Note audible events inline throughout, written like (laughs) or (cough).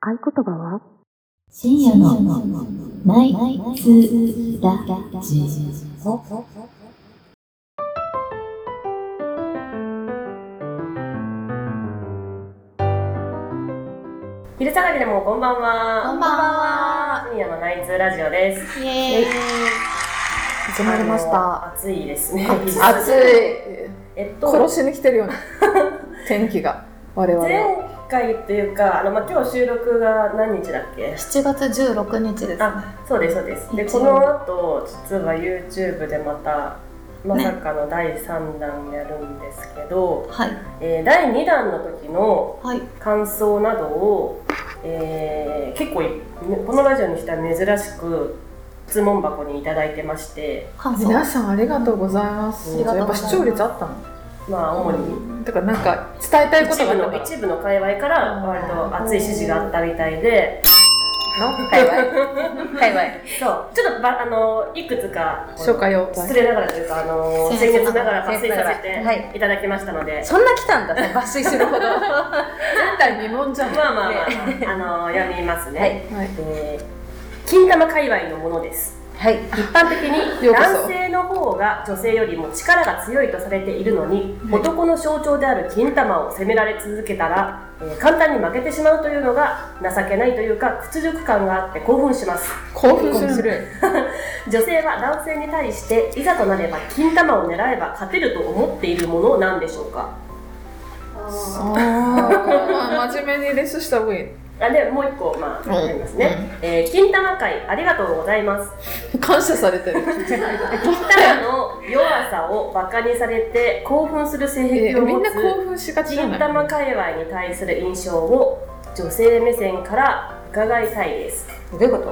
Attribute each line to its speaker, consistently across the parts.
Speaker 1: 合言葉は
Speaker 2: 深夜のナイツラジオ。
Speaker 3: 昼下がりでもこんばんは。
Speaker 2: こんばんは。
Speaker 3: 深夜のナイツラジオです。
Speaker 2: イエーイ。
Speaker 4: 始まりまし
Speaker 3: あ
Speaker 4: た。
Speaker 3: の。暑いですね。 (laughs)
Speaker 4: 暑い。
Speaker 3: えっと、
Speaker 4: 殺しに来てるような天気が我々。
Speaker 3: 前回というか、あのまあ今日収録が何日だっけ？
Speaker 2: 7月16日ですね。
Speaker 3: あ、そうですそうです。で
Speaker 2: 一
Speaker 3: こ
Speaker 2: 応
Speaker 3: の後実は YouTube でまたまさかの第三弾やるんですけど、
Speaker 2: はい。
Speaker 3: えー第二弾の時の
Speaker 2: はい。
Speaker 3: 感想などを、えー結構いこのラジオにしては珍しく質問箱にいただいてまして、
Speaker 2: 感想。
Speaker 4: 皆さんありがとうございます。
Speaker 3: あり
Speaker 2: がと
Speaker 4: や
Speaker 2: う
Speaker 4: っ
Speaker 2: ご
Speaker 4: ぱ
Speaker 2: ざいます
Speaker 4: 視聴率あったの。
Speaker 3: まあ主に。
Speaker 4: だからなんか伝えたいこ
Speaker 3: 一
Speaker 4: とが
Speaker 3: 部
Speaker 4: あっ
Speaker 3: の
Speaker 4: たか
Speaker 3: 一部の界隈から割と熱い支持があったみたい
Speaker 4: (laughs)
Speaker 3: で、
Speaker 4: ら。の界隈。界隈。
Speaker 3: そうちょっとばあのいくつか
Speaker 4: 紹介を。
Speaker 3: 失礼ながらというかあの
Speaker 2: 先
Speaker 3: 先
Speaker 2: 月
Speaker 3: 月ながら抜粋させ
Speaker 5: 先月ながらは
Speaker 3: ていただきましたので、
Speaker 5: そんな来たんだね、抜粋するほど。
Speaker 4: 前代未聞じゃん。
Speaker 3: まあまあまあ、あの読みますね、
Speaker 5: はい
Speaker 4: はい。
Speaker 3: えー金玉界隈のものです
Speaker 5: はい。
Speaker 3: 一般的に
Speaker 4: ようこそ
Speaker 3: 男性の方が女性よりも力が強いとされているのに
Speaker 4: はい
Speaker 3: 男の象徴である金玉を責められ続けたら、えー簡単に負けてしまうというのが情けないというか屈辱感があって興奮します
Speaker 4: 興奮する。
Speaker 3: 女性は男性に対していざとなれば金玉を狙えば勝てると思っているものなんでしょうか
Speaker 4: ああ。真面目にレスした方がいい。
Speaker 3: あでもう一個まあありますね、えー金玉会ありがとうございます
Speaker 4: 感謝されてる。
Speaker 3: 金玉の弱さをバカにされて興奮する性
Speaker 4: え
Speaker 3: 癖を
Speaker 4: み
Speaker 3: 持
Speaker 4: んな
Speaker 3: つ
Speaker 4: 興奮しがちじゃ
Speaker 3: 金
Speaker 4: ない。
Speaker 3: 玉界隈に対する印象を女性目線から伺いたいです
Speaker 5: どういうこと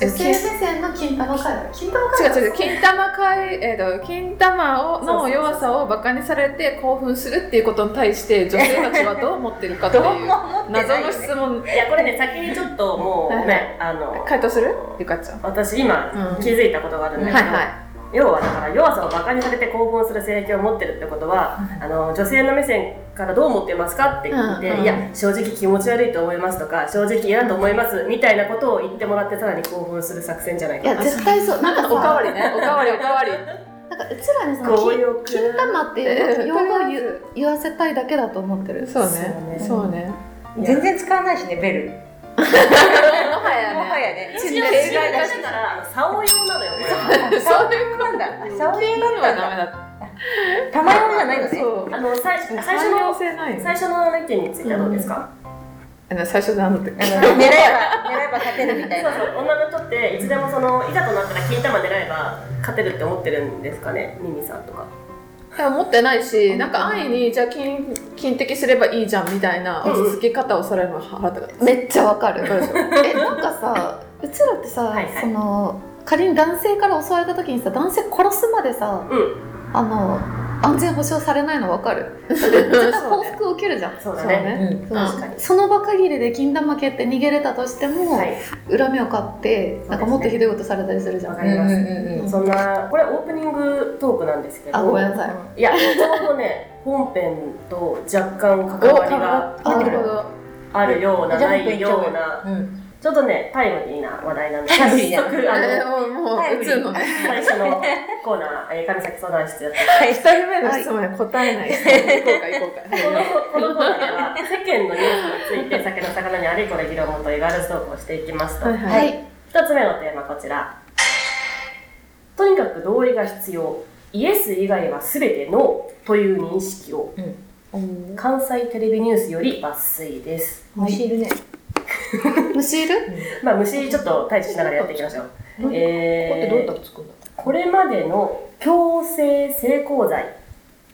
Speaker 2: 女性目線の金玉会話。金玉
Speaker 4: 違う
Speaker 2: 会話。
Speaker 4: 違う金玉会えーと金玉を
Speaker 3: そうそうそうそ
Speaker 4: の
Speaker 3: う
Speaker 4: 弱さをバカにされて興奮するっていうことに対して女性たちはどう思ってるかってい
Speaker 5: どう
Speaker 4: う
Speaker 5: も思ってな
Speaker 4: 謎
Speaker 5: いよ
Speaker 4: の
Speaker 5: ね
Speaker 4: 質問
Speaker 3: いやこれね先にちょっとも
Speaker 4: は
Speaker 3: う
Speaker 4: いはい
Speaker 3: ねあの
Speaker 4: 回答するゆかちゃん
Speaker 3: 私今
Speaker 4: うん
Speaker 3: 気づいたことがあるんだけど、
Speaker 4: はいは
Speaker 3: 要はだから弱さをバカにされて興奮する性癖を持ってるってことは、あの女性の目線からどう思ってますかって聞いて、
Speaker 4: うんうん
Speaker 3: いや正直気持ち悪いと思いますとか正直嫌だと思いますみたいなことを言ってもらってさらに興奮する作戦じゃない
Speaker 2: い
Speaker 3: か
Speaker 2: や、絶対そう。なんかさ
Speaker 4: いおかわりねおかわりおかわり
Speaker 2: なんかうちらにその
Speaker 3: 強
Speaker 2: 金
Speaker 3: 欲
Speaker 2: 金玉っていう用語を言う言わせたいだけだと思ってる。
Speaker 4: そう
Speaker 3: そうね
Speaker 4: ねそうね
Speaker 5: 全然使わないしね、ベル。も
Speaker 4: もは
Speaker 5: はやね。
Speaker 3: 一応
Speaker 5: 例
Speaker 3: 例外
Speaker 5: 外だ
Speaker 3: だ
Speaker 5: し。
Speaker 3: から竿用なのよこれ
Speaker 4: そういうこ
Speaker 5: なんだ。そうい
Speaker 4: と
Speaker 5: うの
Speaker 4: はダ
Speaker 5: は
Speaker 4: メ
Speaker 5: ダ
Speaker 4: だった
Speaker 5: メ。たまようじゃないのね。
Speaker 4: そう
Speaker 3: あの最最初
Speaker 4: 汎用
Speaker 3: の
Speaker 4: 性ないよ
Speaker 3: 最初の意見についてはどうですか、
Speaker 4: あの最初なんだっ
Speaker 5: あ
Speaker 4: て
Speaker 5: の狙えば、狙えば勝てるみたい
Speaker 3: そう
Speaker 5: な。
Speaker 3: そう女の人っていつでもそのいざとなったら金玉狙えば勝てるって思ってるんですかねミミさんとか
Speaker 4: いや持ってないしなんか安易にじゃあ金金的すればいいじゃんみたいな落ち着き方をされるのは腹立たない
Speaker 2: めっちゃわか
Speaker 3: (laughs)
Speaker 2: る。え、なんかさ、うちらってさ、
Speaker 3: はいはい
Speaker 2: その仮に男性から襲われた時にさ、男性殺すまでさ、
Speaker 3: うん
Speaker 2: あの安全保障されないのわか
Speaker 3: (laughs)
Speaker 2: る。だって絶対報復を受けるじゃん。
Speaker 3: そうだ
Speaker 4: そう
Speaker 3: ね
Speaker 4: ね
Speaker 5: うん。
Speaker 2: そう
Speaker 3: 確かに
Speaker 2: その場限りで金玉蹴って逃げれたとしても、
Speaker 3: はい
Speaker 2: 恨みを買ってなんかもっとひどいことされたりするじゃ
Speaker 3: わ
Speaker 2: ん、
Speaker 3: かります、
Speaker 5: うん
Speaker 3: そんなこれオープニングトークなんですけど
Speaker 2: あごめんなさい、
Speaker 3: いやちょうどね本編と若干関わりが
Speaker 4: なるほど
Speaker 3: あるような
Speaker 5: じゃあ
Speaker 3: な
Speaker 5: 本編
Speaker 3: いような
Speaker 5: うんうん。
Speaker 3: ちょっとねタイムリーな話題なんで
Speaker 5: タイ
Speaker 3: 早
Speaker 5: ムリー
Speaker 3: 速
Speaker 5: な
Speaker 3: あ
Speaker 4: え
Speaker 3: の
Speaker 4: ーもうもう打つのね
Speaker 3: 最初のコーナーえー神崎相談室やって
Speaker 5: はい。
Speaker 4: 一人目の質問に答えない。行こうか行
Speaker 3: こ
Speaker 4: こう
Speaker 3: の
Speaker 4: か。
Speaker 3: このコーナーでは世間のニュースについて酒の魚にあれこれ議論もというガールズトークをしていきますと
Speaker 4: はい
Speaker 2: は、
Speaker 4: はいい。
Speaker 3: 2つ目のテーマこちらとにかく同意が必要イエス以外は全てノーという認識を、関西テレビニュースより抜粋です
Speaker 5: 虫いるね。
Speaker 2: 虫いる
Speaker 3: まあ虫ちょっと対峙しながらやっていきましょう
Speaker 5: どうこれってどう
Speaker 3: え
Speaker 5: やっ
Speaker 3: ー
Speaker 5: たらつくんだ
Speaker 3: これまでの強制性交罪、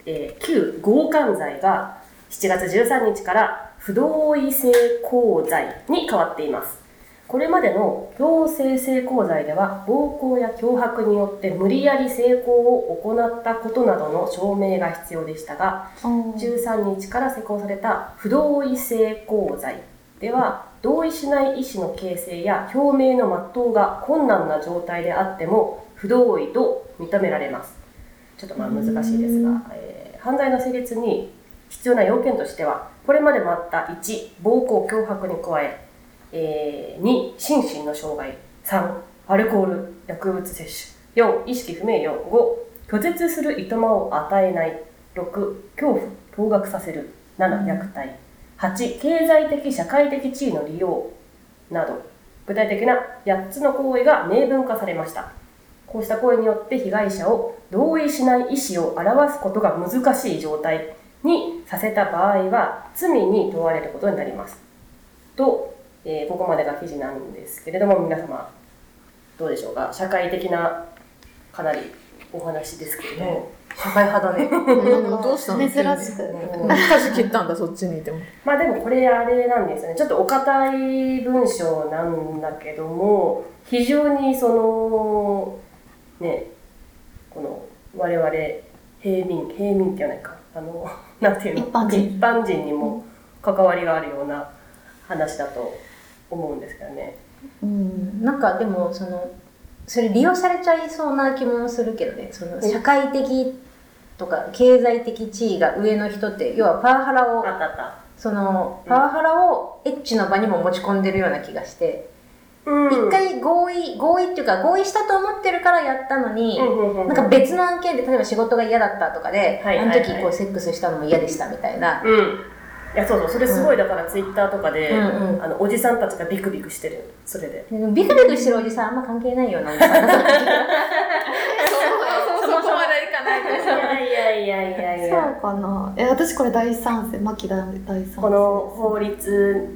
Speaker 3: えー旧強姦罪が7月13日から不同意性交罪に変わっていますこれまでの強制性交罪では暴行や脅迫によって無理やり性交を行ったことなどの証明が必要でしたが13日から施行された不同意性交罪では同意しない意思の形成や表明の全うが困難な状態であっても不同意と認められますちょっとまあ難しいですが、えー犯罪の成立に必要な要件としてはこれまでもあった1暴行脅迫に加ええー2、心身の障害。3、アルコール、薬物摂取。4、意識不明よ。5、拒絶するいとまを与えない。6、恐怖、驚愕させる。7、虐待。8、経済的、社会的地位の利用。など、具体的な8つの行為が明文化されました。こうした行為によって被害者を同意しない意思を表すことが難しい状態にさせた場合は罪に問われることになります。と、えーここまでが記事なんですけれども皆様どうでしょうか社会的なかなりお話ですけれども、
Speaker 5: 社会派だね。
Speaker 4: うんどうしたの
Speaker 2: 珍し
Speaker 4: 急に
Speaker 2: く。
Speaker 4: うん舵切ったんだそっちにいても
Speaker 3: まあでもこれあれなんですよねちょっとお堅い文章なんだけども非常にそのねこの我々平民平民って言わないかあの (laughs) なんていうの
Speaker 2: 一般人
Speaker 3: 一般人にも関わりがあるような話だと思うんですけどね。
Speaker 2: うん。
Speaker 5: なんかでもそのそれ利用されちゃいそうな気もするけどねその社会的とか経済的地位が上の人って要はパワハラ
Speaker 3: あ
Speaker 5: を
Speaker 3: ったあった。
Speaker 5: そのパワハラをエッチの場にも持ち込んでるような気がして一、
Speaker 3: うん、
Speaker 5: 回合意合意っていうか合意したと思ってるからやったのに、
Speaker 3: うん、
Speaker 5: なんか別の案件で例えば仕事が嫌だったとかで、
Speaker 3: はいはいは
Speaker 5: あの
Speaker 3: い
Speaker 5: 時こうセックスしたのも嫌でしたみたいな、
Speaker 3: うんいやそうそうそれすごいだからツイッターとかで、
Speaker 5: うんうん
Speaker 3: あのおじさんたちがビクビクしてるそれで
Speaker 5: でもビクビクしてるおじさんあんま関係ないよなみたいな
Speaker 3: (laughs)
Speaker 4: そこまでいかない
Speaker 3: いやいやいやいやいや
Speaker 2: そうかな。え、私これ大賛成。マキ大大賛成。
Speaker 3: この法律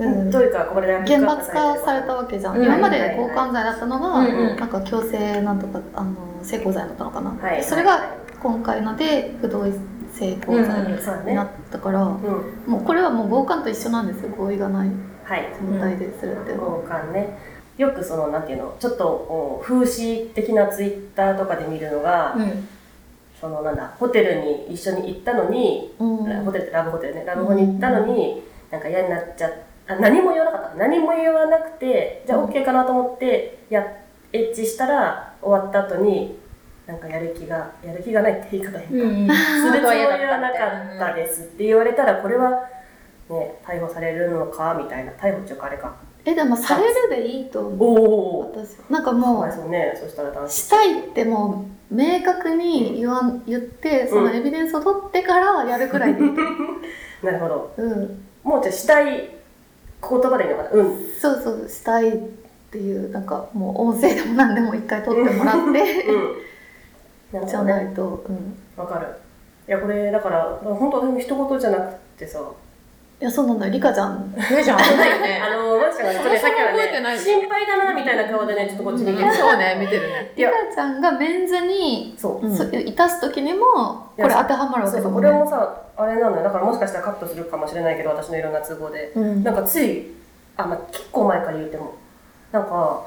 Speaker 2: うん
Speaker 3: というか、これで
Speaker 2: 厳罰化されたわけじゃん、
Speaker 5: うん
Speaker 2: 今まで交換罪だったのが、
Speaker 5: うんうん
Speaker 2: なんか強制なんとかあの性交罪だったのかな、
Speaker 3: はい
Speaker 2: それが今回ので不同意性交罪
Speaker 5: うんうん
Speaker 3: そうだ
Speaker 2: に
Speaker 3: ね
Speaker 2: なったから、
Speaker 3: うん
Speaker 2: もうこれはもう強姦と一緒なんですよ合意がない
Speaker 3: はい
Speaker 2: 状態でするっていうのは、
Speaker 3: 交換ねよくそのなんていうのちょっとお風刺的なツイッターとかで見るのが、
Speaker 5: うん
Speaker 3: そのなんだホテルに一緒に行ったのに、
Speaker 2: うん
Speaker 3: ホテルってラブホテルねラブホに行ったのに、なんか嫌になっちゃっあ何も言わなかった何も言わなくてじゃあ OK かなと思ってやエッチしたら終わった後になんかやる気がやる気がないって言い方変か、
Speaker 5: うん
Speaker 3: するつもり
Speaker 5: 嫌だ
Speaker 3: はな
Speaker 5: ったみたいな
Speaker 3: かったですって言われたらこれは、ね、逮捕されるのかみたいな逮捕っていうかあれか
Speaker 2: えでもされるでいいと思う
Speaker 3: おお
Speaker 2: 私なんか
Speaker 3: そう
Speaker 2: も
Speaker 3: です
Speaker 2: う
Speaker 3: よねそしたら男子
Speaker 2: したいってもう明確に言わん言ってそのエビデンスを取ってからやるくらいでいい、
Speaker 3: なるほど
Speaker 2: うん、
Speaker 3: もうじゃあしたい言葉でいいのかなうん
Speaker 2: そうそうしたいっていうなんかもう音声でも何でも一回撮ってもらって
Speaker 3: (laughs) うん
Speaker 2: じゃないと、うん、い
Speaker 3: わかるいやこれだから本当私も一言じゃなくてさ
Speaker 2: やそうなんだよリカちゃん
Speaker 4: ねじゃん危ないね
Speaker 3: あのマジかちょっとね
Speaker 4: そ
Speaker 3: さっ
Speaker 4: もそ
Speaker 3: き
Speaker 4: も
Speaker 3: は
Speaker 4: 覚えてない
Speaker 3: ね心配だなみたいな顔でねちょっとこっち見てる
Speaker 4: そうね見てるね
Speaker 3: い
Speaker 2: リ
Speaker 3: や
Speaker 2: カちゃんがメンズに、
Speaker 3: そう
Speaker 2: そいたす時にもこ
Speaker 3: いや
Speaker 2: れ当てはまるわけ
Speaker 3: そう
Speaker 2: だ
Speaker 3: そう
Speaker 2: も
Speaker 3: こ
Speaker 2: んね
Speaker 3: れもさあれなんだよだからもしかしたらカットするかもしれないけど私のいろんな都合で
Speaker 2: うん
Speaker 3: なんかついあ、まあ、結構前から言うてもなんか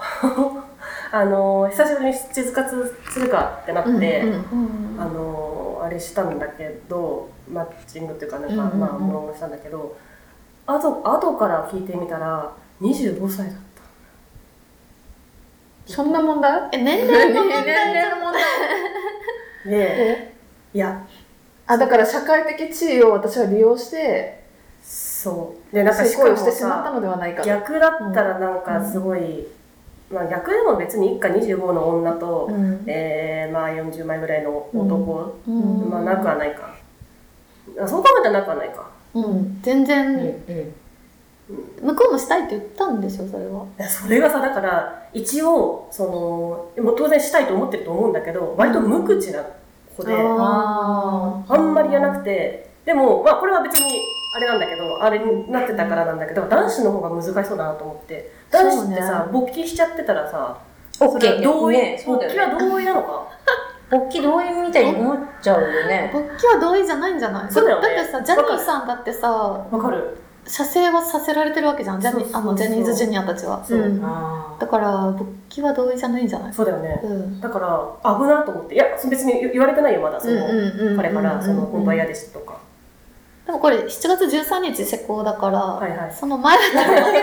Speaker 3: (laughs) あの久しぶりに地図活するかってなって、
Speaker 4: うんうん
Speaker 2: うん
Speaker 3: あのあれしたんだけどマッチングっていうかなんか、
Speaker 2: うんうんうん
Speaker 3: まあもろもろしたんだけどあと後から聞いてみたら25歳だっ
Speaker 4: そんな問題
Speaker 2: え年齢
Speaker 4: 年
Speaker 2: の問題
Speaker 4: 齢の問題
Speaker 3: たでいや
Speaker 4: あだから社会的地位を私は利用して
Speaker 3: そうでなんか
Speaker 4: 性
Speaker 3: し
Speaker 4: 行為
Speaker 3: か
Speaker 4: を
Speaker 3: も
Speaker 4: してしまった
Speaker 3: さ
Speaker 4: のではないかと
Speaker 3: 逆だったらなんかすごい、まあ逆でも別に一家25の女と、
Speaker 4: うん
Speaker 3: えーまあ40枚ぐらいの男、
Speaker 2: うん
Speaker 3: まあなくはないかあそう考えたらなくはないか
Speaker 2: うん全然、
Speaker 5: うん
Speaker 2: 向こうもしたいって言ったんでしょそれはい
Speaker 3: やそれがさだから一応そのもう当然したいと思ってると思うんだけど割と無口な子で、
Speaker 2: あー
Speaker 5: あ
Speaker 3: あんまり言わなくてでもまあこれは別にあれなんだけどあれになってたからなんだけど男子の方が難しそうだなと思って男子ってさ、勃起しちゃってたらさ
Speaker 5: あ
Speaker 3: それは同意、
Speaker 5: ねそう
Speaker 3: 勃
Speaker 5: だ
Speaker 3: 起
Speaker 5: よね
Speaker 3: は同意なのか
Speaker 5: 勃起同意みたいに思っちゃうよね
Speaker 2: 勃起は同意じゃないんじゃない
Speaker 3: そうだよね
Speaker 2: ってさジャニーさんだってさ
Speaker 3: わかる
Speaker 2: 射精はさせられてるわけじゃんジャニ
Speaker 3: そうそうそう
Speaker 2: あのジャニーズジュニアたちは
Speaker 3: そう、
Speaker 4: うん
Speaker 5: あ
Speaker 2: だから勃起は同意じゃないんじゃない
Speaker 3: そうだよね
Speaker 2: うん
Speaker 3: だから危なと思っていやそ別に言われてないよまだその、彼からその本番嫌ですとか、
Speaker 2: でもこれ7月13日施行だから、
Speaker 3: はいはい
Speaker 2: その前だったら
Speaker 4: そ
Speaker 3: そうそう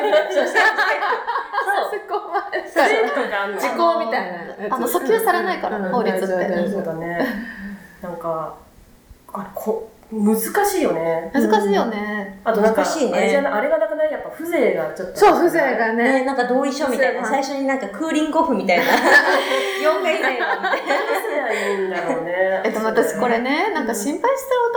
Speaker 4: う
Speaker 3: いうのがあんの
Speaker 4: 時効みたいなやつ
Speaker 2: あの訴求されないから
Speaker 4: うん
Speaker 2: 法律って
Speaker 4: 大丈夫大丈夫
Speaker 3: そうだね。なんか、あれこ難しいよね。
Speaker 2: 難しいよね。
Speaker 3: あとなんか、
Speaker 5: 難しいね
Speaker 3: あれじゃなあれがなくないやっぱ風情がちょっと。
Speaker 2: そう、風情がね。
Speaker 5: ね、なんか同意書みたいな、
Speaker 2: そうや。
Speaker 5: 最初になんかクーリングオフ
Speaker 3: (laughs)
Speaker 5: みたいな。4回目みたいな。
Speaker 3: 風情がいいんだろうね
Speaker 2: えでも私これね、なんか心配してる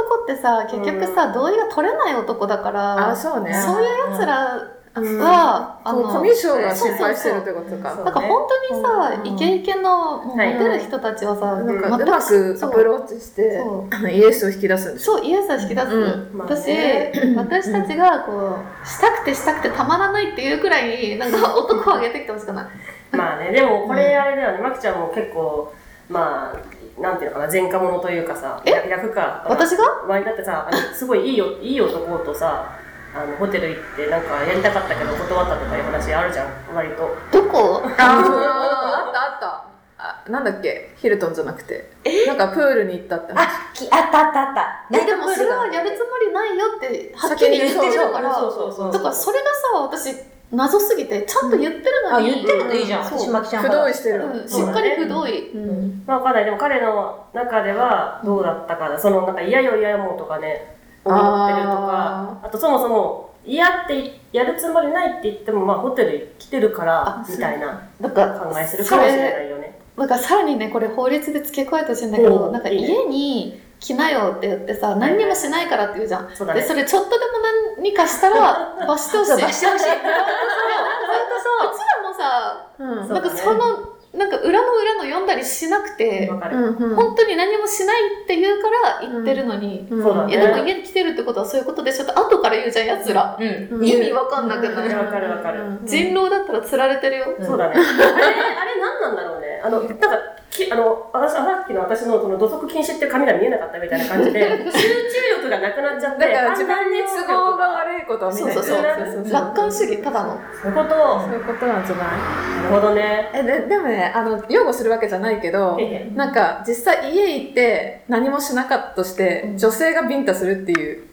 Speaker 2: 男ってさ、結局さ、同意が取れない男だから、
Speaker 4: あ
Speaker 2: そう
Speaker 4: ね
Speaker 2: そういう奴ら
Speaker 3: うん
Speaker 2: は、あ
Speaker 4: こう
Speaker 2: の、
Speaker 4: コミュ障が
Speaker 2: そう
Speaker 4: 心
Speaker 2: そうそう
Speaker 4: 配してるってこと
Speaker 3: そう
Speaker 4: か。
Speaker 2: なんか本当にさ、
Speaker 4: うん
Speaker 2: イケイケの、もうモ
Speaker 3: はい
Speaker 2: テる人たちはさ、
Speaker 3: ん
Speaker 2: なん
Speaker 4: なんかう
Speaker 2: か全
Speaker 4: ま
Speaker 2: く
Speaker 4: くアプローチして、
Speaker 2: そう
Speaker 4: イエスを引き出すんでしょ。
Speaker 2: そう、イエスを引き出す。
Speaker 4: うん
Speaker 3: まあ
Speaker 2: 私、
Speaker 3: ね
Speaker 2: 私たちがこう、したくてしたくてたまらないっていうくらい、なんか男を上げてきてほしくない。
Speaker 3: まあね、でもこれあれだよね、まきちゃんも結構、まあ、なんていうのかな、前科者というかさ、
Speaker 2: え
Speaker 3: や役か。
Speaker 2: 私が
Speaker 3: わりだってさ、あのすごいいいよ、いい男とさ、あのホテル行ってなんかやりたかったけど断ったとかいう話あるじゃん、割と。
Speaker 2: どこ
Speaker 4: ああ、あったあった。あなんだっけヒルトンじゃなくて。なんかプールに行ったって話。
Speaker 5: あ、きあったあったあった。
Speaker 2: えでもそれはや
Speaker 5: や
Speaker 2: るつもりないよって、はっき
Speaker 4: 先
Speaker 2: り
Speaker 4: に
Speaker 2: 言ってるから、
Speaker 3: そうそうそうそう
Speaker 2: だからそれがさ、私、謎すぎて、ちゃんと言ってるの
Speaker 5: あ、
Speaker 2: に、
Speaker 5: 言ってるのいいじゃん。
Speaker 2: そう
Speaker 5: 私、まきちゃん
Speaker 4: 不
Speaker 5: 派だ
Speaker 4: 同意してる。
Speaker 2: うんしっかり不同意。
Speaker 4: うん
Speaker 3: まあわかんない、でも彼の中ではどうだったかな、そのなんか嫌よ嫌もとかね、思ってるとか、あとそもそも嫌ってやるつもりないって言っても、まあホテル来てるから
Speaker 2: あ
Speaker 3: みたいな
Speaker 2: なんか
Speaker 3: 考えするかもしれないよね。
Speaker 2: なんかさらにねこれ法律で付け加えてほしいんだけど、
Speaker 3: うん
Speaker 2: なんか
Speaker 3: いいね
Speaker 2: 家に来なよって言ってさ何にもしないからって言うじゃん、
Speaker 3: そうだ
Speaker 2: で
Speaker 3: ね。
Speaker 2: それちょっとでも何かした
Speaker 3: (laughs)
Speaker 2: ら罰してほしい
Speaker 5: そう、罰してほしい。
Speaker 2: 本当そううちら
Speaker 4: うん
Speaker 2: もさ
Speaker 3: そう
Speaker 2: なん
Speaker 3: だ
Speaker 2: か
Speaker 3: ね
Speaker 2: そのなんか裏の裏の読んだりしなくて、
Speaker 3: わかる。
Speaker 4: うんうん
Speaker 2: 本当に何もしないって言うから言ってるのに、
Speaker 4: うん
Speaker 3: そうだ
Speaker 2: い
Speaker 3: ね。
Speaker 2: やでも家に来てるってことはそういうことでしょって後から言うじゃんやつら、
Speaker 5: うん。
Speaker 4: うん
Speaker 2: 意味わかんなくない、
Speaker 3: うんわかるわかる
Speaker 4: うん
Speaker 2: 人狼だったら釣られてるよ、
Speaker 5: うん
Speaker 3: そうだね。あれ、あれ何なんだろうね。あの、なんか、きあの、私、さっきの私のこの土足禁止っていう紙が見えなかったみたいな感じで、集中力がなくなっちゃっ
Speaker 4: だ
Speaker 3: て、
Speaker 4: から自分に
Speaker 3: 判断
Speaker 4: 都合が
Speaker 3: 力
Speaker 4: 悪いことは見ない
Speaker 2: そうそう
Speaker 3: そう
Speaker 4: そう
Speaker 2: 楽観主義ただの
Speaker 3: そういうこと。
Speaker 4: そういうことなんじゃな
Speaker 3: なるほどね。
Speaker 4: いえででもねあの擁護するわけじゃないけど
Speaker 3: え
Speaker 4: なんか実際家行って何もしなかったとして、
Speaker 2: うん
Speaker 4: 女性がビンタするっていう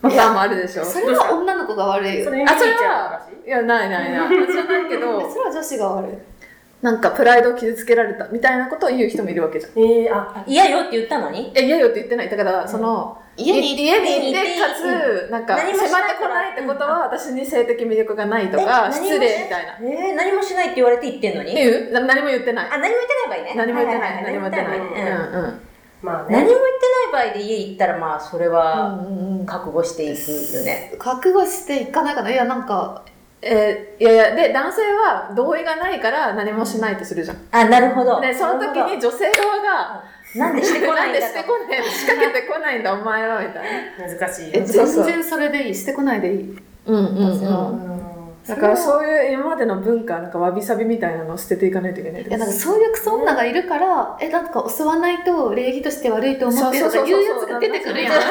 Speaker 4: パターンもあるでしょ
Speaker 2: それは女の子が悪い
Speaker 3: え
Speaker 2: よ
Speaker 3: そ
Speaker 2: それ
Speaker 3: れに見
Speaker 4: あそれ
Speaker 3: えちゃう
Speaker 4: は
Speaker 3: 話
Speaker 4: いやないないないじゃないけど
Speaker 2: は女子が悪い
Speaker 4: (laughs) なんかプライドを傷つけられたみたいなことを言う人もいるわけじゃん
Speaker 3: ええあ、
Speaker 5: 嫌よって言ったのに
Speaker 4: え嫌よって言ってないだからその、
Speaker 2: 家に
Speaker 4: 家にい
Speaker 5: 家に
Speaker 4: て
Speaker 5: いて
Speaker 4: かつなんか迫っ
Speaker 5: 何
Speaker 4: て
Speaker 5: もしないから
Speaker 4: こないってことは私に性的魅力がないとか
Speaker 5: え
Speaker 4: 失礼みたいな。
Speaker 5: えー、何もしないって言われて言ってんのに
Speaker 4: 言うな何も言ってない
Speaker 5: あ、何も言ってない場合ね。
Speaker 4: 何も言ってない、
Speaker 5: はは
Speaker 4: 何も言ってない、
Speaker 5: 何も
Speaker 3: 言って
Speaker 5: 言っ
Speaker 4: うんうん
Speaker 3: まあ
Speaker 5: てないうん何も言っ
Speaker 3: ね。
Speaker 5: てない場合で家行ったら、まあ、それは覚悟していくよね。
Speaker 2: 覚悟していかないかないやなんか
Speaker 4: えーいやいやで男性は同意がないから何もしないってするじゃん
Speaker 5: あ、なるほど。
Speaker 4: でその時に女性側が
Speaker 5: なるほど、なんでしてこないんだ
Speaker 4: んでして
Speaker 5: と
Speaker 4: こない仕掛けてこないんだお前はみたいな
Speaker 3: 難しい
Speaker 4: え
Speaker 3: よ。
Speaker 4: そうそう
Speaker 2: 全然それでいいしてこないでいい
Speaker 4: うんうん
Speaker 2: そう
Speaker 3: うん
Speaker 4: だからそういう今までの文化なんかわびさびみたいなのを捨てていかないといけない
Speaker 2: いやなんかそういうクソ女がいるから、えなんか襲わないと礼儀として悪いと思ってるとか言うやつが出てくるやん
Speaker 4: そう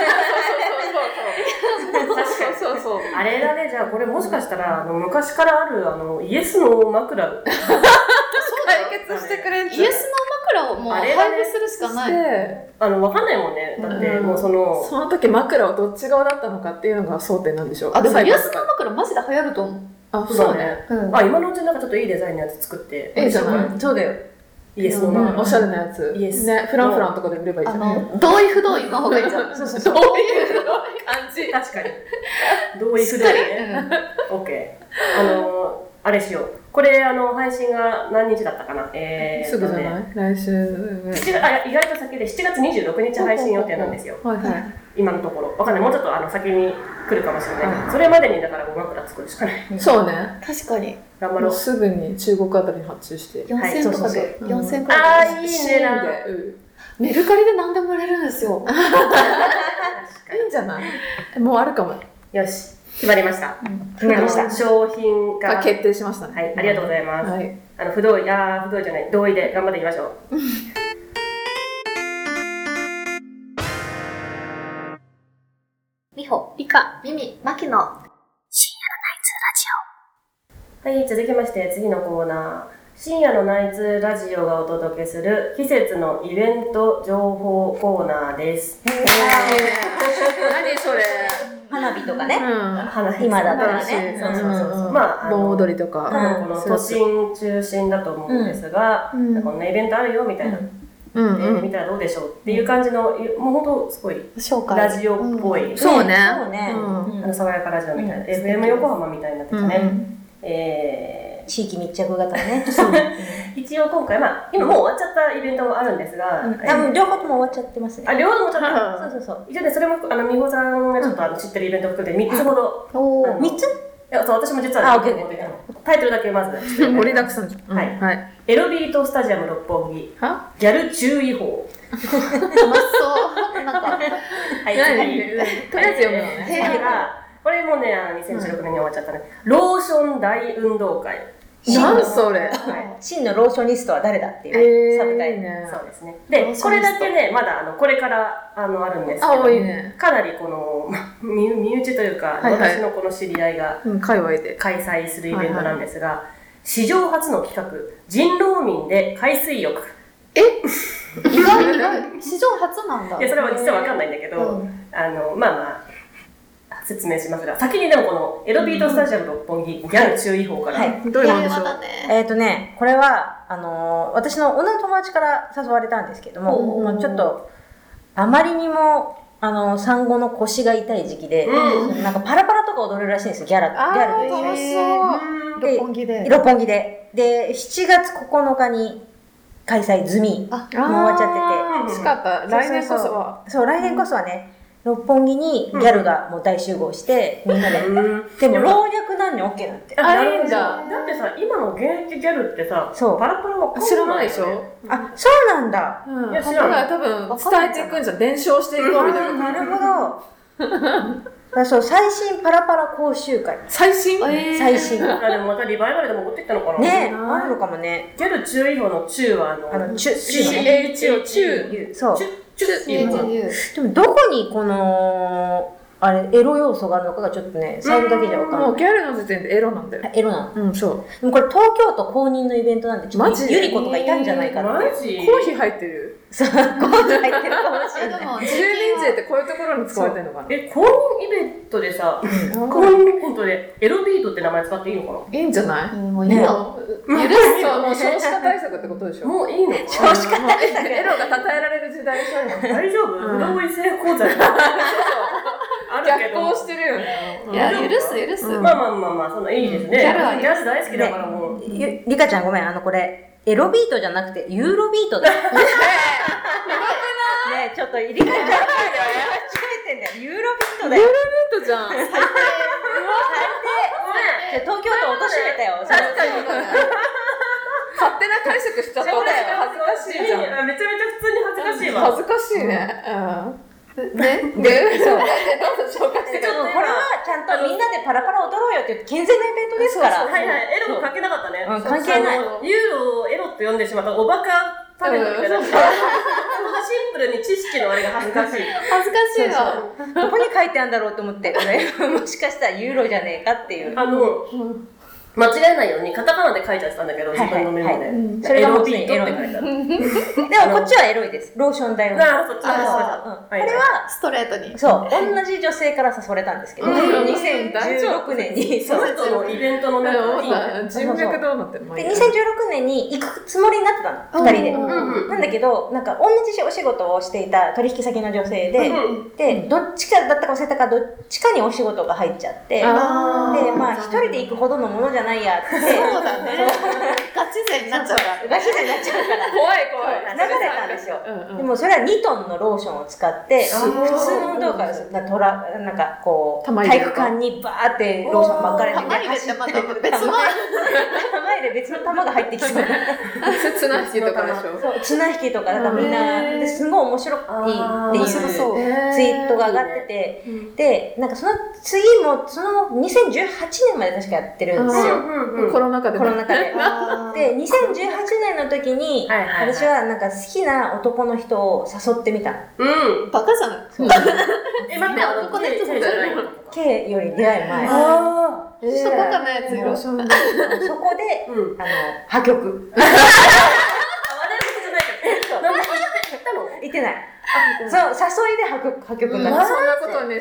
Speaker 4: そうそうそうそうそうそうそうそう
Speaker 3: あれだね、じゃあこれもしかしたら、あの昔からある、あの、イエスの枕。
Speaker 4: 解決してくれん
Speaker 2: イエスの枕をもう
Speaker 3: あ
Speaker 2: 配
Speaker 3: れだね
Speaker 2: 布するしかない、
Speaker 4: で
Speaker 3: あの、わかんないもんね。だって、もうその、
Speaker 4: その時枕をどっち側だったのかっていうのが争点なんでしょう
Speaker 2: あでも
Speaker 4: 裁
Speaker 2: イエ
Speaker 4: 判
Speaker 2: ス
Speaker 4: と
Speaker 2: の
Speaker 4: か
Speaker 2: 枕マジで流行ると思
Speaker 4: あそうね
Speaker 2: う、うん
Speaker 3: あ、今のうちになんかちょっといいデザインのやつ作って、
Speaker 4: ええじゃない
Speaker 5: うんそうだよ。
Speaker 3: イエスの
Speaker 4: うん
Speaker 3: 枕
Speaker 4: お。しゃれなやつ
Speaker 3: イエス
Speaker 4: ねフランフランとかで売ればいいじ
Speaker 2: あ
Speaker 4: ゃん
Speaker 2: の同意不同意の方がいいじゃんそうそうそう同意不同意
Speaker 4: 感じ
Speaker 3: 確かに。同意するね。オッケー。あのーあれしよう。これあの配信が何日だったかな。えー、
Speaker 4: すぐじゃ
Speaker 3: い。
Speaker 4: ない来週ぐらい
Speaker 3: 7月あ意外と先で7月26日配信予定なんですよ。
Speaker 4: はいはい
Speaker 3: 今のところ。わかんない。もうちょっとあの先に来るかもしれない。それまでにだからご枕作るしかない。
Speaker 4: そうね
Speaker 2: 確かに
Speaker 3: 頑張
Speaker 4: も
Speaker 3: ろ
Speaker 4: う
Speaker 3: う。
Speaker 4: すぐに中国あたりに発注して
Speaker 3: はい
Speaker 2: 4000とか
Speaker 3: そう
Speaker 2: で
Speaker 3: そ
Speaker 2: 4000く
Speaker 3: あ
Speaker 2: らいで
Speaker 3: ーいい
Speaker 4: シー
Speaker 3: ね
Speaker 4: ル
Speaker 3: な。
Speaker 4: でうん
Speaker 2: メルカリで何でも売れるんですよ
Speaker 3: 確か
Speaker 4: いいんじゃないもうあるかも
Speaker 3: (laughs) によし決まりました。
Speaker 5: 決まりました。
Speaker 3: 商品が
Speaker 4: あ決定しましたね
Speaker 3: はいありがとうございます。
Speaker 4: はい
Speaker 3: あの不同意あー不同意じゃない同意で頑張っていきましょう。
Speaker 6: みほ、りか、みみ、まきの
Speaker 3: はい、続きまして次のコーナー。深夜のナイツラジオがお届けする季節のイベント情報コーナーです。
Speaker 4: 何それ
Speaker 5: 花火とか
Speaker 4: う
Speaker 5: ね。
Speaker 4: ん
Speaker 3: 花火
Speaker 5: 今だった
Speaker 4: 楽
Speaker 5: ら
Speaker 4: し
Speaker 5: ね。
Speaker 4: い
Speaker 3: そうそうそうそう
Speaker 4: うん
Speaker 3: まああの
Speaker 4: 盆踊りと
Speaker 3: 多
Speaker 4: か
Speaker 3: 分この都心中心だと思うんですが、
Speaker 4: うん
Speaker 3: こんなイベントあるよみたいな、
Speaker 4: ううん
Speaker 3: で
Speaker 4: うん
Speaker 3: 見たらどうでしょうっていう感じの、もう本当すごい
Speaker 7: 紹介
Speaker 3: ラジオっぽい、
Speaker 4: そうね
Speaker 5: そうね、
Speaker 4: うん
Speaker 3: あの爽やかラジオみたいな、
Speaker 5: うん
Speaker 3: FM 横浜みたいになって
Speaker 4: う
Speaker 3: た
Speaker 4: ん
Speaker 3: ね、
Speaker 4: うん
Speaker 3: え
Speaker 5: 地域密着型
Speaker 4: (laughs)
Speaker 5: ね。
Speaker 3: ー一応今回、まあ、今もう終わっちゃったイベントもあるんですが、
Speaker 5: うん
Speaker 3: え
Speaker 5: 多分
Speaker 3: ー
Speaker 5: 両方とも終わっちゃってます
Speaker 3: あ
Speaker 5: ね。
Speaker 3: 両方ともちょっと
Speaker 5: そうそうそう。
Speaker 3: 一応ね、それも、あの、美穂さんがちょっと、あの、知ってるイベントを含めて3つほど。
Speaker 7: お
Speaker 3: あの
Speaker 7: ー
Speaker 5: 三つ
Speaker 3: いや、そう、私も実
Speaker 5: あ
Speaker 3: は
Speaker 5: オッケー
Speaker 3: ね
Speaker 5: オッケー
Speaker 3: タイトルだけまず。
Speaker 4: 盛りだくさんじゃん。
Speaker 3: はい
Speaker 4: はい。
Speaker 3: エロビートスタジアム六本木、
Speaker 4: は
Speaker 3: ギャル注意報。
Speaker 7: (laughs) 楽し
Speaker 3: (laughs)
Speaker 7: そう。なんか、
Speaker 3: はい、
Speaker 4: 何
Speaker 3: 次。
Speaker 4: とりあえず読むの
Speaker 3: えー
Speaker 4: ね。
Speaker 3: 次が、これもね、あの、2016年に終わっちゃったね。ローション大運動会。
Speaker 4: なんそれ。
Speaker 3: はい。
Speaker 5: 真のローションリストは誰だって
Speaker 4: え
Speaker 5: いうサブタイ
Speaker 4: いい
Speaker 5: トル。
Speaker 4: ね。
Speaker 3: そうですね。で、これだけね、まだ、あの、これから、あの、あるんですけ
Speaker 4: あ、
Speaker 3: ど
Speaker 4: 多い。ね。
Speaker 3: かなりこの、ま身身内というか、
Speaker 4: はいはい
Speaker 3: 私のこの知り合いが、
Speaker 4: うん、界隈で。
Speaker 3: 開催するイベントなんですが、史上初の企画人狼民で海水浴
Speaker 7: 意外、意外、史上初なんだ。
Speaker 3: いやそれは実は分かんないんだけど、
Speaker 7: う
Speaker 3: あのまあまあ説明しますが先にでもこのエロビートスタジアム六本木ギャル注意報から、
Speaker 5: はい
Speaker 4: どういうもんでしょう。
Speaker 7: ね。
Speaker 5: えっ、とね、これは、あのー私の女の友達から誘われたんですけど
Speaker 7: お
Speaker 5: も、
Speaker 7: ー
Speaker 5: もうちょっと、あまりにも、あのー産後の腰が痛い時期で、
Speaker 3: う
Speaker 5: なんかパラパラとか踊るらしいんですよ、ギャラ、ギ
Speaker 4: あ
Speaker 5: ャルと
Speaker 4: ー、楽
Speaker 5: 一
Speaker 4: し
Speaker 5: 緒
Speaker 7: そう。
Speaker 5: に
Speaker 7: 六本木で。
Speaker 5: で、六本木で。で、7月9日に開催済み。
Speaker 7: あ、
Speaker 4: そう。
Speaker 5: もう終わっちゃ
Speaker 3: って
Speaker 4: 惜
Speaker 3: て
Speaker 4: しかった。来年こそは。
Speaker 5: そう、来年こそはね、六本木にギャルがもう大集合して、みんなで。
Speaker 3: うん
Speaker 5: でも老若男女 OK なんて。
Speaker 3: あ
Speaker 4: あいいんだ
Speaker 3: なるほどだってさ今の現役ギャルってさ
Speaker 5: そう
Speaker 3: パラパラは
Speaker 4: 知らないでしょ
Speaker 5: あ、そうなんだ。
Speaker 4: うん。
Speaker 3: い
Speaker 4: だ
Speaker 3: や知
Speaker 4: から
Speaker 3: ない
Speaker 4: ら多分、伝えていくんじゃん。伝承していこうみたいな。
Speaker 5: なるほど。あそう最新パラパラ講習会
Speaker 4: 最新
Speaker 7: えー
Speaker 5: 最新ね
Speaker 3: あでもまたリバイバルでも持ってきたのかな
Speaker 5: あるのかもね
Speaker 3: ギャル注意報の注はあの
Speaker 5: あの中中のね
Speaker 4: CH を中。
Speaker 5: そう
Speaker 3: チュチュっていうの
Speaker 5: でもどこにこのあれエロ要素があるのかがちょっとね最後だけじゃ分か
Speaker 4: も
Speaker 5: ん
Speaker 4: う
Speaker 5: な
Speaker 4: ギャルの時点でエロなんだよ。
Speaker 5: いエロなの
Speaker 4: うん、そう。
Speaker 5: でもこれ東京都公認のイベントなんでちょっ
Speaker 4: マ
Speaker 5: と
Speaker 4: ジ
Speaker 5: ゆり子とかいたんじゃないかな
Speaker 3: マジ
Speaker 4: コーヒー入ってる。
Speaker 5: そう公認入ってるかもしれ
Speaker 7: で
Speaker 5: ない
Speaker 7: も、
Speaker 4: 住民税ってこういうところに使われてるのかな
Speaker 3: え、公認イベントでさ、
Speaker 4: い
Speaker 3: 公認イベントでエロビートって名前使っていいのか
Speaker 4: いんじゃない
Speaker 7: うん、もう
Speaker 5: ね
Speaker 7: 今、
Speaker 4: もう許すともう少子化対策ってことでし
Speaker 3: な
Speaker 4: ょ
Speaker 3: もういいのか
Speaker 5: 少子化
Speaker 4: もうエロが称えられる時代じゃん
Speaker 3: 大丈夫
Speaker 4: ん
Speaker 3: 不動異性講座
Speaker 4: (laughs)
Speaker 3: があるけ
Speaker 4: 逆
Speaker 3: ど
Speaker 4: 行してるよね
Speaker 7: いや、
Speaker 3: うん
Speaker 7: 許す、許す。
Speaker 4: うん
Speaker 3: まあまあまあまあ、そのいいですね。
Speaker 7: ギャルは
Speaker 3: ギャル大好きだからもう。
Speaker 5: ゆりかちゃんごめんあのこれエロビートじゃなくてユーロビートだねえちょっとりかちゃん間違えてんだよユーロビートだよ
Speaker 4: ットじゃん
Speaker 5: じゃあ東京都落としめたよ。
Speaker 4: 確かに勝手な解釈しちゃった
Speaker 3: そうだよ
Speaker 4: 恥ずかしいじゃん
Speaker 3: あめちゃめちゃ普通に恥ずかしいわ。
Speaker 4: 恥ずかしいね
Speaker 7: ね
Speaker 4: うんでそうでどうぞ紹介してく
Speaker 5: で
Speaker 4: れ
Speaker 5: もこれはちゃんとみんなでパラパラ踊ろうよっていう健全なイベントですから。
Speaker 3: はいはい、エロが関係なかったね。
Speaker 5: うん関係ない
Speaker 3: そうユーロをエロって呼んでしまったおバカタレントみたいな。
Speaker 4: うん
Speaker 3: そのシンプルに知識のあれが恥ずかしい。
Speaker 7: 恥ずかしいわ。
Speaker 5: どこに書いてあるんだろうと思って、これもしかしたらユーロじゃねえかっていう。
Speaker 3: あの、間違えないようにカタカナで書いちゃってたんだけど、自分のメモ
Speaker 5: はいは
Speaker 3: で
Speaker 5: い。
Speaker 3: うん
Speaker 5: それ
Speaker 3: エ
Speaker 5: が
Speaker 3: ロ
Speaker 5: 本当
Speaker 3: ビ
Speaker 5: に
Speaker 3: ート
Speaker 5: エ
Speaker 3: っ
Speaker 5: ロ
Speaker 3: て
Speaker 5: い
Speaker 3: 書いてある。
Speaker 5: でもこっちはエロいです。ローション代用。
Speaker 3: なあ、そっち
Speaker 5: あ
Speaker 3: あ
Speaker 5: そううんこれは、
Speaker 7: ストレートに。
Speaker 5: そう、同じ女性から誘われたんですけど、
Speaker 4: うん
Speaker 5: 2016年に、
Speaker 3: そ
Speaker 5: そう
Speaker 3: の人のイベントのメモいいね。
Speaker 4: 人脈どうなってんの
Speaker 5: で2016年に行くつもりになってたの、2人で。
Speaker 7: うん
Speaker 3: うんうん
Speaker 5: なんだけど、なんか同じお仕事をしていた取引先の女性で、
Speaker 3: うん
Speaker 5: で、どっちかだったか忘れたか、どっちかにお仕事が入っちゃって、で、
Speaker 4: あー
Speaker 5: まあ、一人で行くほどのものじゃないやって、
Speaker 7: そうだね。ガチ勢になっちゃうから。
Speaker 5: ガチでなっちゃうから。
Speaker 4: 怖い怖い
Speaker 5: 流れたんですよ
Speaker 4: うんうん
Speaker 5: でもそれは2トンのローションを使って、
Speaker 3: あ
Speaker 5: 普
Speaker 3: ー
Speaker 5: 通の運動会をする、トラなんかこう、
Speaker 4: 玉入
Speaker 5: 体
Speaker 4: れと
Speaker 5: 育
Speaker 4: か
Speaker 5: 館にバーってローション巻かれて
Speaker 7: 玉入れってまた別の。
Speaker 5: 玉入れ別の玉が入ってき (laughs) そう
Speaker 4: 切な引きとかでしょ
Speaker 5: そう綱引きとかだからみん
Speaker 4: へ
Speaker 5: な
Speaker 4: ー
Speaker 5: ですごい面白いっていう
Speaker 7: 面白そう
Speaker 5: ツイートが上がってて、でなんかその次もその2018年まで確かやってるんです
Speaker 4: う
Speaker 5: よ、
Speaker 3: うんうん
Speaker 4: コロナ禍で
Speaker 5: コロナ禍で。
Speaker 7: あー
Speaker 5: で2018年の時に
Speaker 3: はいはいはい
Speaker 5: 私はなんか好きな男の人を誘ってみたの
Speaker 3: うん。
Speaker 7: バカじゃない。
Speaker 3: え、待って、あの、
Speaker 7: 男の人
Speaker 3: じゃないの
Speaker 5: K より出会い前そ
Speaker 3: あ
Speaker 7: ちょっとバカなやつよ。
Speaker 5: こで
Speaker 3: あ。うん。
Speaker 5: あの破局
Speaker 3: あ、悪いことじゃないから。え、なんか言ったの
Speaker 5: 行ってないそう誘いで破局破局にな
Speaker 4: まあ
Speaker 5: る。
Speaker 4: そんなことに誘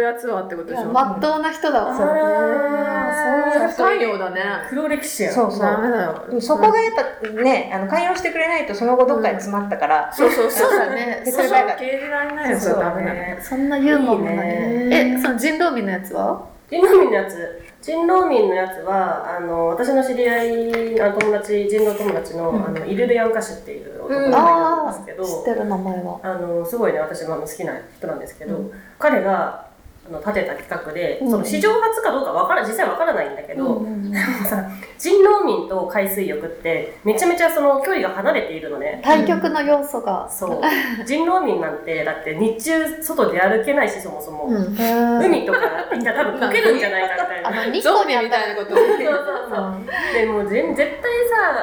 Speaker 4: うやつはってことでしょ。
Speaker 7: まっとうな人だわ。
Speaker 5: う
Speaker 4: あ
Speaker 5: そう
Speaker 4: 寛容だね。
Speaker 3: 黒歴史やん
Speaker 5: そうそ
Speaker 4: ダ
Speaker 5: う。
Speaker 4: メだよ。
Speaker 5: そこがやっぱね、あの寛容してくれないとその後どっかに詰まったから、
Speaker 4: そうそうそう。
Speaker 7: そうだ (laughs) ね。
Speaker 5: で
Speaker 7: それ
Speaker 5: それ
Speaker 4: 受
Speaker 5: が
Speaker 4: け入れられないよ、それ
Speaker 5: そう
Speaker 4: ダ
Speaker 5: だ
Speaker 4: メだね。
Speaker 5: ね。
Speaker 7: そんなユーモアもない。
Speaker 3: いい
Speaker 7: え、その人狼民のやつは
Speaker 3: 人狼民のやつ人狼民のやつはあの私の知り合いあの友達人狼友達の,、あのイルベヤンカシュっていう男の
Speaker 7: あ
Speaker 3: 子が
Speaker 7: あ
Speaker 3: いるんですけど、
Speaker 7: 知ってる名前は。
Speaker 3: あのすごいね私もあの好きな人なんですけど、彼があの立てた企画で、その史上初かどうかわから実際わからないんだけど、さ人狼民と海水浴ってめちゃめちゃその距離が離れているのね。
Speaker 7: (laughs) 対局の要素が。
Speaker 4: (laughs)
Speaker 3: そう人狼民なんてだって日中外出歩けないしそもそも、
Speaker 4: うん。
Speaker 3: 海とか行ったら多分溶けるんじゃないかみたいな
Speaker 7: あの、日
Speaker 4: ゾ
Speaker 7: 光
Speaker 4: ンビ
Speaker 7: にあ
Speaker 4: み
Speaker 7: った
Speaker 4: たいなこと。
Speaker 3: そうそうそう。でもうぜん絶対さ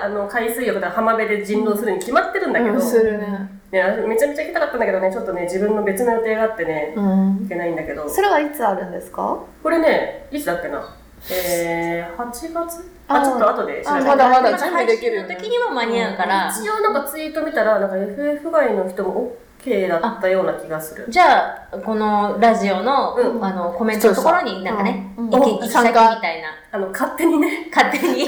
Speaker 3: あの海水浴とか浜辺で人狼するに決まってるんだけど、
Speaker 4: うんするね。
Speaker 3: ね、あれめちゃめちゃ行きたかったんだけどねちょっとね自分の別の予定があってね
Speaker 4: うん。
Speaker 3: 行けないんだけど
Speaker 7: それはいつあるんですか
Speaker 3: これねいつだっけなえー、8月
Speaker 7: あ
Speaker 3: あ
Speaker 7: ー
Speaker 3: ちょっと後で調べて
Speaker 4: まだまだ準備できるよね
Speaker 5: 配信の時には間に合うから、
Speaker 3: 一応なんかツイート見たらなんか FF 外の人も OK だったような気がする
Speaker 5: じゃあこのラジオの、
Speaker 3: う
Speaker 5: あのコメントのところになんかね、
Speaker 7: うん
Speaker 5: 行き行き先みたいな
Speaker 3: あの勝手にね
Speaker 5: 勝手に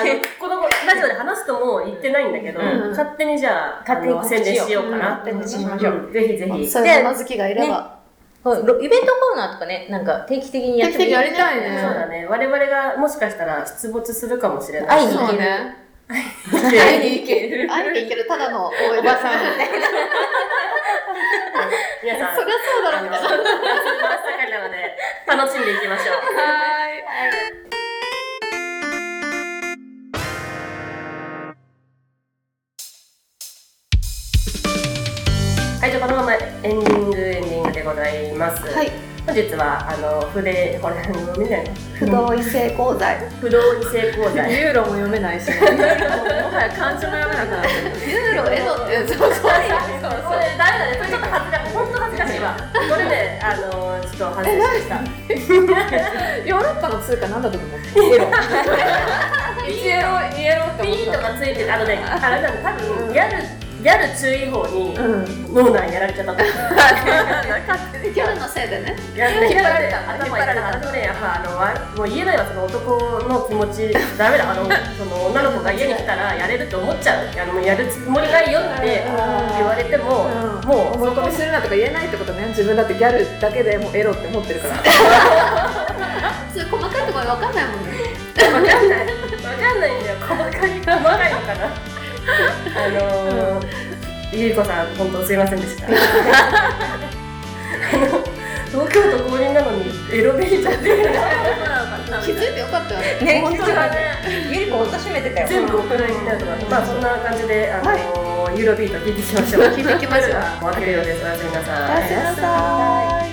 Speaker 3: あの (laughs) このラジオで話すともう言ってないんだけど、
Speaker 4: うん
Speaker 3: 勝手にじゃあ
Speaker 5: 勝手に
Speaker 3: あの宣伝しようかな、
Speaker 5: 勝手にしましょう。
Speaker 3: うんぜひぜひ
Speaker 7: そういうの好きがいれば。
Speaker 5: そうろイベントコーナーとかね、なんか定期的にやってもいいよ
Speaker 4: 定期的にやりたいね
Speaker 3: そうだね。我々がもしかしたら出没するかもしれない。
Speaker 5: 会いに行
Speaker 4: そ
Speaker 5: け
Speaker 4: う
Speaker 5: る。
Speaker 4: ね。
Speaker 3: 会
Speaker 4: に行ける
Speaker 7: 会いに行けるただの OL
Speaker 4: おばさん。
Speaker 3: (laughs) 皆さん、
Speaker 7: そ
Speaker 2: (laughs)
Speaker 7: りゃそうだろうみたいな。
Speaker 3: 真っ盛りなので、楽しんでいきましょう。はい。じゃあこのままエンディングエンディングでございます。
Speaker 7: はい。
Speaker 3: 本日はあの筆これみたいな
Speaker 7: 不同意性交罪。
Speaker 3: 不動異性講座
Speaker 4: ユーロも読めないし、ね、ユーロももはや漢字も読めなくなってる。
Speaker 7: ユーロエドって、そう (laughs) そう。
Speaker 3: そうそう (laughs) これダメだね。それちょっと恥ずかしい。本当恥ずかしいわ。これであのちょっと恥ずかしまし
Speaker 4: ヨーロッパの通貨なんだと思ったイエ (laughs) ロー。イエロー、イエロー
Speaker 3: た。ピー
Speaker 4: っ
Speaker 3: と
Speaker 4: て
Speaker 3: かついてるあのね、あれなんだ。多分ギャルギャル注意報に
Speaker 4: 思った。
Speaker 3: 脳内やられちゃったと思う。
Speaker 7: (laughs) ギャルのせいでね。
Speaker 3: いやね
Speaker 4: 引っ張られた
Speaker 3: 頭やられたあとねやっぱあのわもう言えないわその男の気持ちダメだあのその女の子が家に来たらやれると思っちゃうあのもうやるつもりないよって言われても、
Speaker 4: うん
Speaker 3: もう
Speaker 4: 思い込みするなとか言えないってことね自分だってギャルだけでもうエロって思ってるから
Speaker 7: そういう細かいところわかんないもんね。
Speaker 3: 分かんない分かんないんだよ細かい細かいのかなあのーゆいこさん本当すいませんでしたあの東京都公認なのにエロベイちゃってる
Speaker 7: 気づいてよかったよね。
Speaker 5: ね、
Speaker 3: 本当
Speaker 5: (laughs)
Speaker 3: だね
Speaker 5: ゆりこほんと閉めてたよ。
Speaker 3: 全部お蔵になるとか、まあそんな感じで、あのーユーロビート聞いてきましょう。
Speaker 7: 聞いてきましょう
Speaker 3: お別れです。おやすみなさい。
Speaker 7: おやすみなさい。